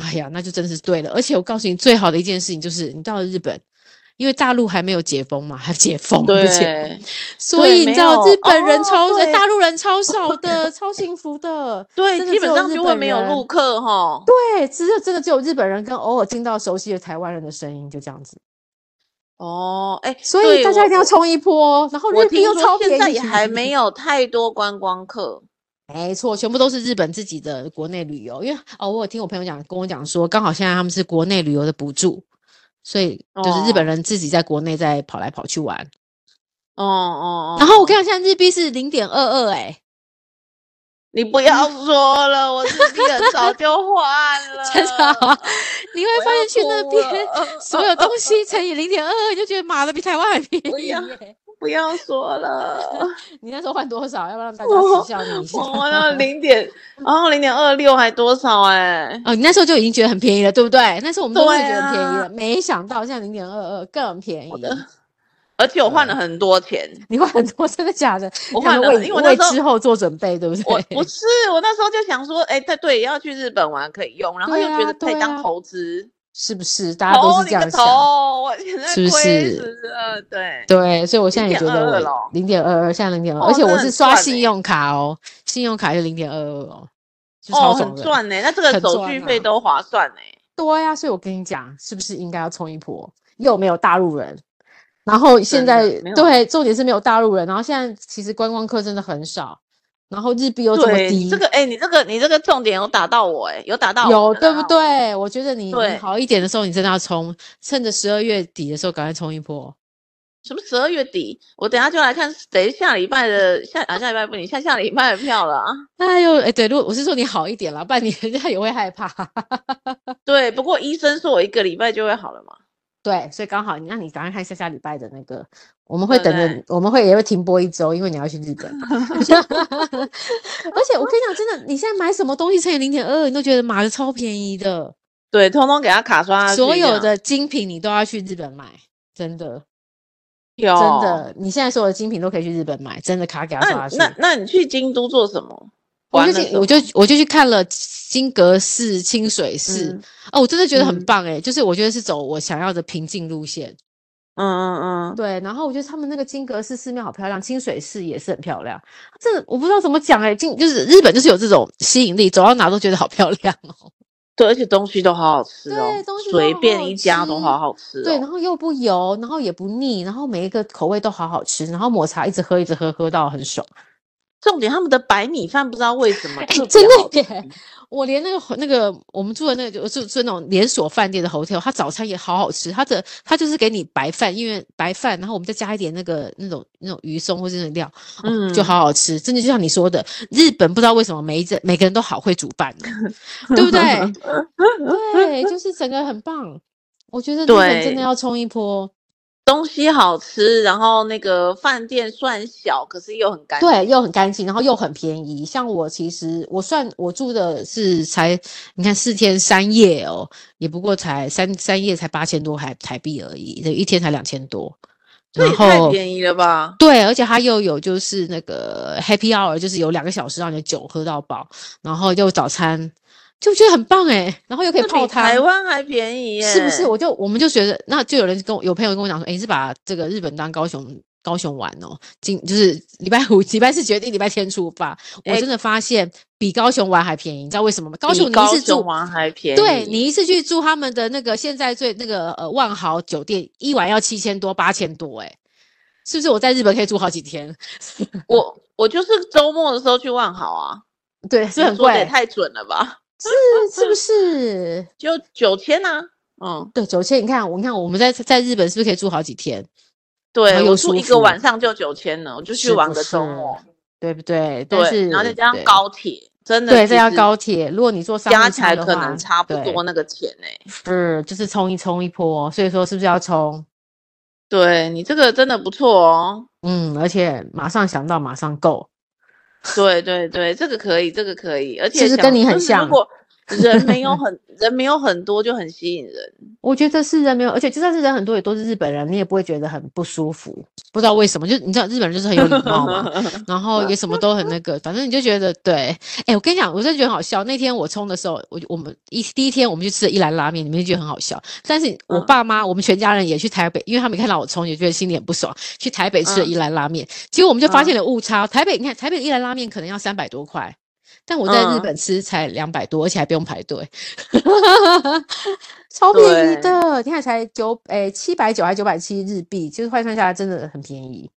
S1: 哎呀，那就真是对了。而且我告诉你，最好的一件事情就是你到了日本，因为大陆还没有解封嘛，还解封，不是解
S2: 对
S1: 封，所以你
S2: 没
S1: 知道
S2: 有
S1: 日本人
S2: 哦
S1: 超、呃
S2: 对
S1: 大陆人超少的，超幸福的。
S2: 对，
S1: 真的
S2: 基
S1: 只
S2: 本
S1: 有
S2: 上
S1: 日
S2: 就会
S1: 本
S2: 没有
S1: 人
S2: 陆客哈。
S1: 对，只有真的只有日本人跟偶尔听到熟悉的台湾人的声音，就这样子。
S2: 哦，哎，
S1: 所以
S2: 对
S1: 大家一定要。
S2: 我
S1: 冲一波，然后
S2: 我
S1: 日币
S2: 听
S1: 又超
S2: 说
S1: 便宜，
S2: 现在也还没有太多观光客，
S1: 没错，全部都是日本自己的国内旅游，因为哦，我有听我朋友讲，跟我讲说，刚好现在他们是国内旅游的补助，所以就是日本
S2: 哦
S1: 人自己在国内在跑来跑去玩。
S2: 哦哦哦。
S1: 然后我跟你讲，现在日币是零点二二，哎，
S2: 你不要说了，我自己很早就换了，
S1: 真的啊、你会
S2: 我
S1: 发
S2: 要
S1: 现去那
S2: 哭
S1: 边
S2: 了
S1: 所有东西乘以零点二二，你就觉得妈的比台湾还便
S2: 不
S1: 宜
S2: 要
S1: 耶。
S2: 不要说了，
S1: 你那时候换多少？要不要让大家
S2: 我
S1: 耻笑你一下？
S2: 我换到零点，然后零点二六还多少哎、
S1: 哦，你那时候就已经觉得很便宜了，对不对？那时候我们都会
S2: 对
S1: 觉得很便宜
S2: 啊
S1: 了，没想到现在零点二二更便宜。
S2: 而且我换了很多钱，
S1: 你换很多，真的假的？
S2: 我
S1: 想
S2: 换
S1: 说
S2: 了，
S1: 为
S2: 因为我那
S1: 为
S2: 时候
S1: 之后做准备，对不
S2: 我
S1: 对？
S2: 不是我那时候就想说，哎、对对，要去日本玩可以用，然后
S1: 对
S2: 又觉
S1: 啊
S2: 得可以
S1: 对
S2: 当
S1: 啊
S2: 投资，
S1: 是不是？大家都
S2: 投
S1: 是
S2: 哦你
S1: 这样
S2: 个头
S1: 想。，
S2: 我现在
S1: 是不
S2: 亏
S1: 是
S2: 死了，对，
S1: 对，所以我现在也觉得
S2: 0.22
S1: 我
S2: 咯
S1: 零点二二，现在零点二，
S2: 哦
S1: 而且
S2: 真
S1: 我
S2: 的
S1: 是
S2: 很
S1: 刷
S2: 赚
S1: 信
S2: 欸
S1: 用卡哦，信用卡就零点二二哦，就
S2: 哦，
S1: 超
S2: 很
S1: 爽的。
S2: 赚呢、那这个
S1: 很
S2: 手
S1: 赚
S2: 续
S1: 啊
S2: 费都划算呢、
S1: 对呀、所以我跟你讲，是不是应该要冲一波？又没有大陆人，然后现
S2: 真的
S1: 在
S2: 没有
S1: 对，重点是没有大陆人，然后现在其实观光客真的很少，然后日币又这么低，
S2: 对，这个哎、你这个你这个重点有打到我哎、有打到我
S1: 有
S2: 打
S1: 对不
S2: 到我？
S1: 对？我觉得你你
S2: 对
S1: 好一点的时候，你真的要冲，趁着十二月底的时候赶快冲一波。
S2: 什么十二月底？我等一下就来看，等一下礼拜的下啊下礼拜不行，下下礼拜的票了啊。
S1: 哎呦，哎，对，如果我是说你好一点啦，不然你 人家也会害怕。
S2: 对，不过医生说我一个礼拜就会好了嘛。
S1: 对，所以刚好，那你赶快看下下礼拜的那个，我们会
S2: 对
S1: 等
S2: 不
S1: 着
S2: 对
S1: 你，我们会也会停播一周，因为你要去日本。 而且我跟你讲，真的，你现在买什么东西乘以零点二，你都觉得妈的超便宜的，
S2: 对，通通给他卡刷下去
S1: 所
S2: 这
S1: 有
S2: 样
S1: 的精品你都要去日本买，真的，
S2: 有
S1: 真的，你现在所有的精品都可以去日本买，真的卡给它刷下
S2: 那
S1: 去。
S2: 嗯那那你去京都做什么？
S1: 啊我就
S2: 玩了
S1: 去，
S2: 什
S1: 我
S2: 么
S1: 就我就去看了金阁寺、清水寺，
S2: 嗯
S1: 哦，我真的觉得很
S2: 嗯
S1: 棒诶、就是我觉得是走我想要的平静路线。
S2: 嗯嗯嗯，
S1: 对，然后我觉得他们那个金阁寺寺庙好漂亮，清水寺也是很漂亮。这我不知道怎么讲哎、进就是日本就是有这种吸引力，走到哪都觉得好漂亮哦。
S2: 对，而且东西都好好吃
S1: 对
S2: 哦，
S1: 东西都
S2: 随
S1: 好
S2: 便
S1: 好
S2: 一家都
S1: 吃
S2: 好好吃哦。
S1: 对，然后又不油，然后也不腻，然后每一个口味都好好吃，然后抹茶一直喝一直喝，喝到很爽。
S2: 重点他们的白米饭不知道为什 么特别
S1: 哎真的
S2: 好吃
S1: 耶我连那个那个我们住的那个就住住那种连锁饭店的 hotel，它早餐也好好吃，它的它就是给你白饭，因为白饭，然后我们再加一点那个那种那种鱼松或是那种料，哦
S2: 嗯，
S1: 就好好吃。真的就像你说的，日本不知道为什么每一个每个人都好会煮饭呢，对不对？对，就是整个很棒。我觉得日本真的
S2: 对
S1: 要冲一波，
S2: 东西好吃，然后那个饭店算小，可是又很干净。
S1: 对，又很干净，然后又很便宜。像我其实我算我住的是才，你看四天三夜哦，也不过才三三夜才八千多台台币而已，一天才两千多。
S2: 这
S1: 然
S2: 也太
S1: 后
S2: 便宜了吧？
S1: 对，而且它又有就是那个 happy hour，就是有两个小时让你的酒喝到饱，然后又有早餐，就觉得很棒哎、然后又可以
S2: 这
S1: 泡
S2: 比
S1: 汤，
S2: 台湾还便宜耶！
S1: 是不是？我就我们就觉得，那就有人跟我有朋友跟我讲说，哎、你是把这个日本当高雄高雄玩哦，今就是礼拜五、礼拜四决定，礼拜天出发。我
S2: 诶
S1: 真的发现比高雄玩还便宜，你知道为什么吗？高
S2: 比
S1: 雄你一
S2: 高
S1: 次
S2: 雄
S1: 住。
S2: 玩还便宜？
S1: 对你一次去住他们的那个现在最那个呃万豪酒店，一晚要七千多八千多哎、是不是我在日本可以住好几天？
S2: 我我就是周末的时候去万豪啊，
S1: 对，是
S2: 你
S1: 很
S2: 说得也
S1: 贵，
S2: 太准了吧？
S1: 是是不是？
S2: 就九千啊，嗯，
S1: 对，九千，你看，我你看我们在在日本是不是可以住好几天？然后
S2: 对我
S1: 又
S2: 住
S1: 舒
S2: 一个
S1: 服
S2: 晚上就九千了，我就去
S1: 是
S2: 玩
S1: 不
S2: 个周
S1: 是
S2: 末，
S1: 对不对？但
S2: 对，
S1: 是
S2: 然后再加上
S1: 对
S2: 高铁，真的
S1: 对，
S2: 其
S1: 再加
S2: 实
S1: 高铁，如果你坐商
S2: 加
S1: 务
S2: 起
S1: 舱
S2: 来
S1: 的
S2: 可
S1: 话
S2: 能差不
S1: 对
S2: 多那个钱呢、
S1: 是就是冲一冲一波，所以说是不是要冲？
S2: 对你这个真的不错哦，
S1: 嗯，而且马上想到马上够，
S2: 对对对，这个可以，这个可以，而且
S1: 不是
S2: 想
S1: 跟你很
S2: 就是
S1: 像
S2: 如果人没 有很人没有很多，就很吸引人。
S1: 我觉得是人没有，而且就算是人很多也都是日本人，你也不会觉得很不舒服，不知道为什么，就你知道日本人就是很有礼貌嘛， 然后也什么都很那个，反正你就觉得对。哎，我跟你讲，我真的觉得很好笑。那天我冲的时候，我就我们一第一天我们去吃了一兰拉面，你们就觉得很好笑。但是我
S2: 嗯
S1: 爸妈、我们全家人也去台北，因为他们看到我冲，也觉得心里很不爽，去台北吃了
S2: 嗯
S1: 一兰拉面。结果我们就发
S2: 嗯
S1: 现了误差，台北你看台北的一兰拉面可能要三百多块。但我在日
S2: 嗯
S1: 本吃才两百多，而且还不用排队， 超便宜
S2: 对
S1: 的。你看才九诶七百九还九百七日币，就是换算下来真的很便宜。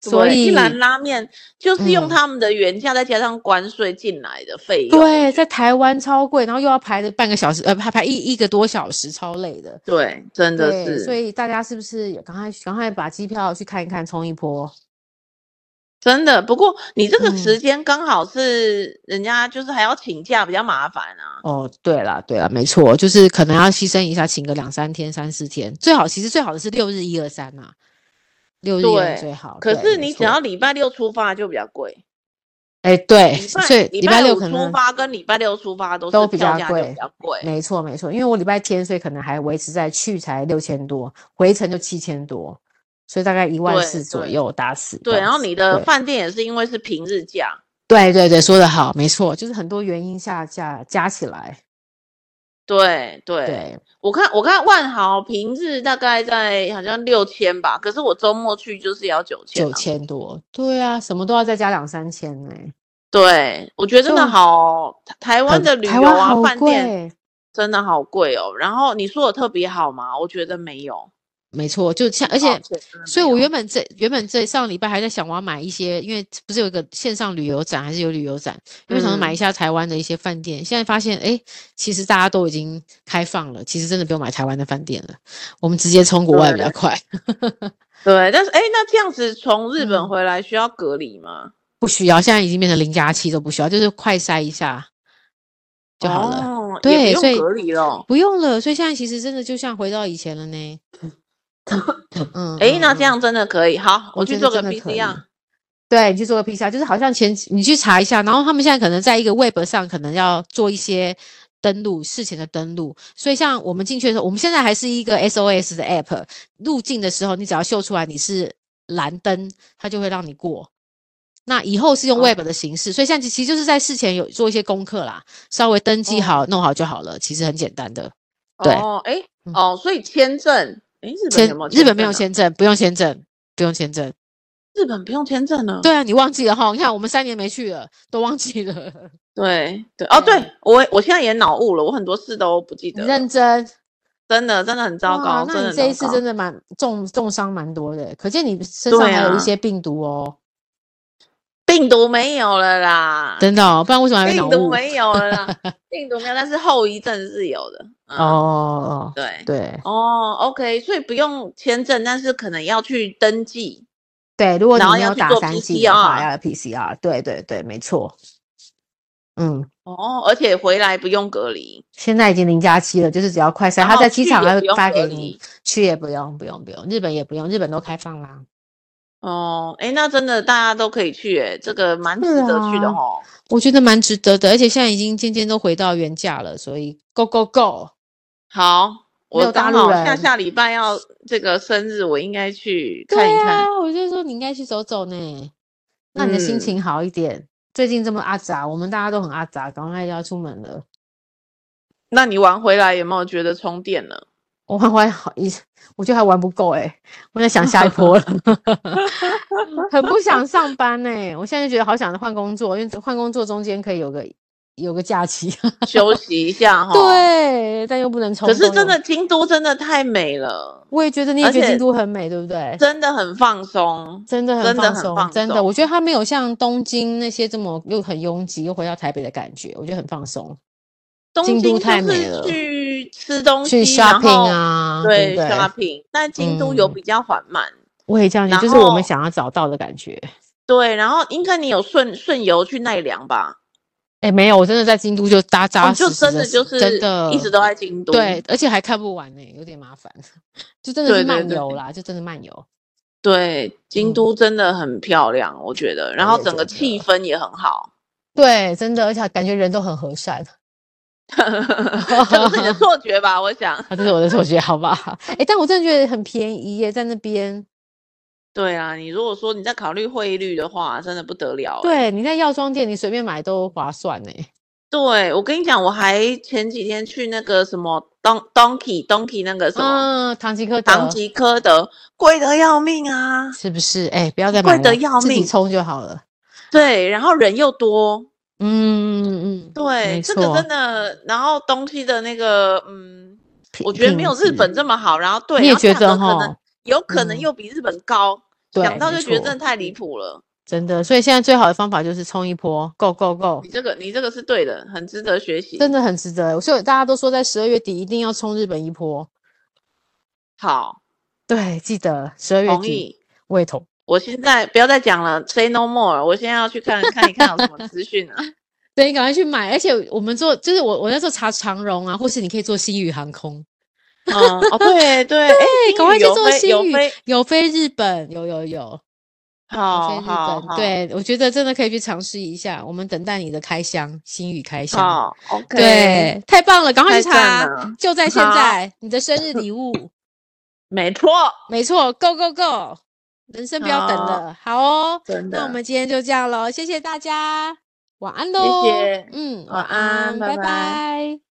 S1: 所
S2: 对
S1: 以
S2: 一兰拉面就是用
S1: 嗯
S2: 他们的原价再加上关税进来的费用。
S1: 对，在台湾超贵，然后又要排了半个小时，呃，排排一一个多小时，超累的。
S2: 对，真的
S1: 对，
S2: 是，
S1: 所以大家是不是也赶快赶快把机票去看一看，冲一波？
S2: 真的。不过你这个
S1: 嗯
S2: 时间刚好是人家就是还要请假，比较麻烦啊。
S1: 哦，对啦，对啦，没错，就是可能要牺牲一下，请个两三天、三四天，最好其实最好的是六日一二三呐，六日一二
S2: 对
S1: 最好。
S2: 可
S1: 哦对
S2: 是
S1: 没
S2: 你只
S1: 错
S2: 要礼拜六出发就比较贵。
S1: 哎，对，
S2: 礼拜
S1: 所以
S2: 礼
S1: 拜六
S2: 五
S1: 可
S2: 出
S1: 能
S2: 发跟礼拜六出发都是
S1: 都比
S2: 票
S1: 较
S2: 价
S1: 贵
S2: 就比较贵。
S1: 没错没错，因为我礼拜天，所以可能还维持在去才六千多，回程就七千多。所以大概一万
S2: 对
S1: 四左
S2: 对
S1: 右打死这
S2: 对，
S1: 样
S2: 然后
S1: 子
S2: 你的
S1: 对
S2: 饭店也是因为是平日价，
S1: 对对对说的好，没错，就是很多原因下加加起来，
S2: 对对
S1: 对，
S2: 我看我看万豪平日大概在好像六千吧，可是我周末去就是要九千、啊
S1: 九。千多，对啊，什么都要再加两三千呢、
S2: 对，我觉得真的
S1: 就
S2: 好，台台湾
S1: 很
S2: 的旅
S1: 台
S2: 游
S1: 湾
S2: 啊，
S1: 好
S2: 饭店
S1: 贵，
S2: 真的好贵哦。然后你说我特别好吗？我觉得没有，
S1: 没错，就像而
S2: 抱
S1: 且
S2: 歉哦真的
S1: 所以
S2: 没
S1: 我
S2: 有
S1: 原本这原本这上礼拜还在想我要买一些，因为不是有一个线上旅游展还是有旅游展，因为想说
S2: 嗯
S1: 买一下台湾的一些饭店。现在发现，哎，其实大家都已经开放了，其实真的不用买台湾的饭店了，我们直接冲国外比较快。
S2: 对，但是哎，那这样子从日本
S1: 嗯
S2: 回来需要隔离吗？
S1: 不需要，现在已经变成零加七都不需要，就是快筛一下就好了，
S2: 哦、
S1: 对
S2: 也不
S1: 所以
S2: 用隔离了。
S1: 不用了。所以现在其实真的就像回到以前了 呢。嗯，
S2: 哎，
S1: 嗯
S2: 那这。
S1: 嗯
S2: 样真的可以，好，
S1: 我
S2: 去
S1: 觉
S2: 做
S1: 得
S2: 个啊
S1: 真的可以
S2: PCR。
S1: 对你去做个 PCR，就是好像前你去查一下，然后他们现在可能在一个 Web 上可能要做一些登录事前的登录，所以像我们进去的时候，我们现在还是一个 SOS 的 App，入境的时候你只要秀出来你是蓝灯，它就会让你过。那以后是用
S2: 哦
S1: Web 的形式，所以现在其实就是在事前有做一些功课啦，稍微登记
S2: 哦
S1: 好、弄好就好了，其实很简单的。对
S2: 哦，哎
S1: 嗯
S2: 哦，所以签证，哎，日本
S1: 签
S2: 有没有？
S1: 日本没有
S2: 签证啊，
S1: 签证，不用签证，不用签证。
S2: 日本不用签证呢。
S1: 对啊，你忘记了哈？你看我们三年没去了，都忘记了。
S2: 对对哦，
S1: 对
S2: 对我我现在也脑雾了，我很多事都不记
S1: 你
S2: 得了，
S1: 认真，
S2: 真的真的很糟
S1: 哇
S2: 糕，真
S1: 那
S2: 的
S1: 你
S2: 很
S1: 这一
S2: 糟
S1: 次
S2: 糕
S1: 真的蛮重重伤蛮多的，可见你身上
S2: 对
S1: 还有一
S2: 啊
S1: 些病毒哦，
S2: 病毒没有了啦，
S1: 真的、哦，不然为什么还会脑
S2: 病
S1: 雾
S2: 毒？没有了 啦，病毒没有，但是后遗症是有的。嗯、
S1: 哦，
S2: 对
S1: 对
S2: 哦，OK，所以不用签证，但是可能要去登记。
S1: 对，如果你
S2: 然后
S1: 没
S2: 要
S1: 有
S2: 去
S1: 打
S2: 做
S1: 三剂的话，
S2: PCR
S1: 要 PCR，对对对，没错，嗯。
S2: 哦，而且回来不用隔离，
S1: 现在已经零加七了，就是只要快筛，
S2: 然
S1: 他
S2: 后
S1: 在机
S2: 去
S1: 场
S2: 也
S1: 还
S2: 不
S1: 会
S2: 用
S1: 发
S2: 隔
S1: 给你
S2: 离，
S1: 去也不用，不用，不用，日本也不用，日本都开放啦。
S2: 哦，哎，那真的大家都可以去，哎，这个蛮值
S1: 是
S2: 得去的
S1: 啊
S2: 哦。
S1: 我觉得蛮值得的，而且现在已经渐渐都回到原价了，所以 go go go，
S2: 好，我
S1: 有大
S2: 刚
S1: 陆
S2: 好下
S1: 人
S2: 下礼拜要这个生日，我应该去
S1: 对
S2: 看一看。
S1: 啊，我就说你应该去走走呢，那你的心
S2: 嗯
S1: 情好一点。最近这么阿杂，我们大家都很阿杂，赶快要出门了。
S2: 那你玩回来有没有觉得充电了？
S1: 我玩玩好一，我觉得还玩不够哎、我在想下一波了， 很不想上班哎、我现在就觉得好想换工作，因为换工作中间可以有个有个假期，
S2: 休息一下哈。。
S1: 对，但又不能冲
S2: 可
S1: 动。
S2: 是真
S1: 又
S2: 的，，京都真的太美了，
S1: 我也觉得你也
S2: 而
S1: 觉得
S2: 且
S1: 京都很美，对不对？
S2: 真的很放松。
S1: 真的很
S2: 真的
S1: 放
S2: 很
S1: 松，
S2: 放
S1: 真的，
S2: 松
S1: 我觉得它没有像东京那些这么又很拥挤，又回到台北的感觉，我觉得很放松。
S2: 东
S1: 京
S2: 京
S1: 都
S2: 就
S1: 太美
S2: 是
S1: 了
S2: 去吃东
S1: 去
S2: 西，然
S1: shopping
S2: 后
S1: 啊，
S2: 对
S1: 不对
S2: shopping，但京都有
S1: 嗯
S2: 比较缓慢。
S1: 我也这样觉
S2: 然
S1: 得，就是我
S2: 后
S1: 们想要找到的感觉。
S2: 对，然后应该你有顺顺游去奈良吧？
S1: 哎，没有，我真的在京都就扎
S2: 哦
S1: 扎
S2: 就
S1: 实实
S2: 真
S1: 的，
S2: 的就是
S1: 真的
S2: 一直都在京都。
S1: 对，而且还看不完呢，有点麻烦，就真的
S2: 对
S1: 是
S2: 对
S1: 漫
S2: 对
S1: 游啦，就真的漫游。
S2: 对，京
S1: 嗯
S2: 都真的很漂亮，我觉得，然
S1: 我
S2: 后
S1: 也
S2: 整个
S1: 觉
S2: 气
S1: 得
S2: 氛也很好。
S1: 对，真的，而且感觉人都很和善。
S2: 这不是你的错觉吧？我想，
S1: 啊，这是我的错觉，好吧？哎，但我真的觉得很便宜耶，在那边。
S2: 对啊，你如果说你在考虑汇率的话，真的不得了欸、
S1: 对，你在药妆店，你随便买都划算呢。
S2: 对，我跟你讲，我还前几天去那个什么 Don Donkey Donkey 那个什么
S1: 嗯，唐吉诃德，
S2: 唐吉诃德，贵得要命啊！
S1: 是不是？哎、不要再买
S2: 贵得
S1: 了，
S2: 要
S1: 自己
S2: 命
S1: 冲就好了。
S2: 对，然后人又多，
S1: 嗯嗯嗯，
S2: 对，
S1: 没
S2: 这个
S1: 错
S2: 真的，然后东西的那个，嗯，
S1: 品
S2: 我觉得没有日本这么好，然后对，
S1: 你也
S2: 然后
S1: 觉
S2: 价格
S1: 得
S2: 可能
S1: 吼
S2: 有可能
S1: 嗯
S2: 又比日本高，
S1: 对
S2: 想到
S1: 没
S2: 就觉得
S1: 错
S2: 真的太离谱了。
S1: 真的。所以现在最好的方法就是冲一波，Go Go Go，
S2: 你这个你这个是对的，很值得学习。
S1: 真的很值得。所以大家都说在十二月底一定要冲日本一波，
S2: 好，
S1: 对，记得十二月
S2: 同
S1: 底
S2: 意。
S1: 我也同。
S2: 我现在不要再讲了，say no more。我现在要去看看一看有什么资讯啊。
S1: 对，你赶快去买。而且我们做就是我我那时候查长荣啊，或是你可以做星宇航空，
S2: 嗯， 哦，对对，哎，
S1: 对，
S2: 星
S1: 赶快
S2: 宇
S1: 去
S2: 有
S1: 做
S2: 飞有
S1: 星宇
S2: 飞，，
S1: 有飞日本，有有有。有飞日
S2: 好哦好
S1: 本
S2: 好，，
S1: 对我觉得真的可以去尝试一下。我们等待你的开箱，心语开箱。
S2: 好，OK，，
S1: 对，太棒了，赶快
S2: 太
S1: 去
S2: 赞
S1: 查
S2: 了，
S1: 就在现
S2: 好
S1: 在，你的生日礼物。
S2: 没错，
S1: 没错，Go Go Go，人生不要等了，好哦。
S2: 真的。
S1: 那我们今天就这样喽，谢谢大家，晚安喽。
S2: 谢谢
S1: 嗯，
S2: 晚
S1: 晚安，
S2: 安拜
S1: 拜
S2: 拜
S1: 拜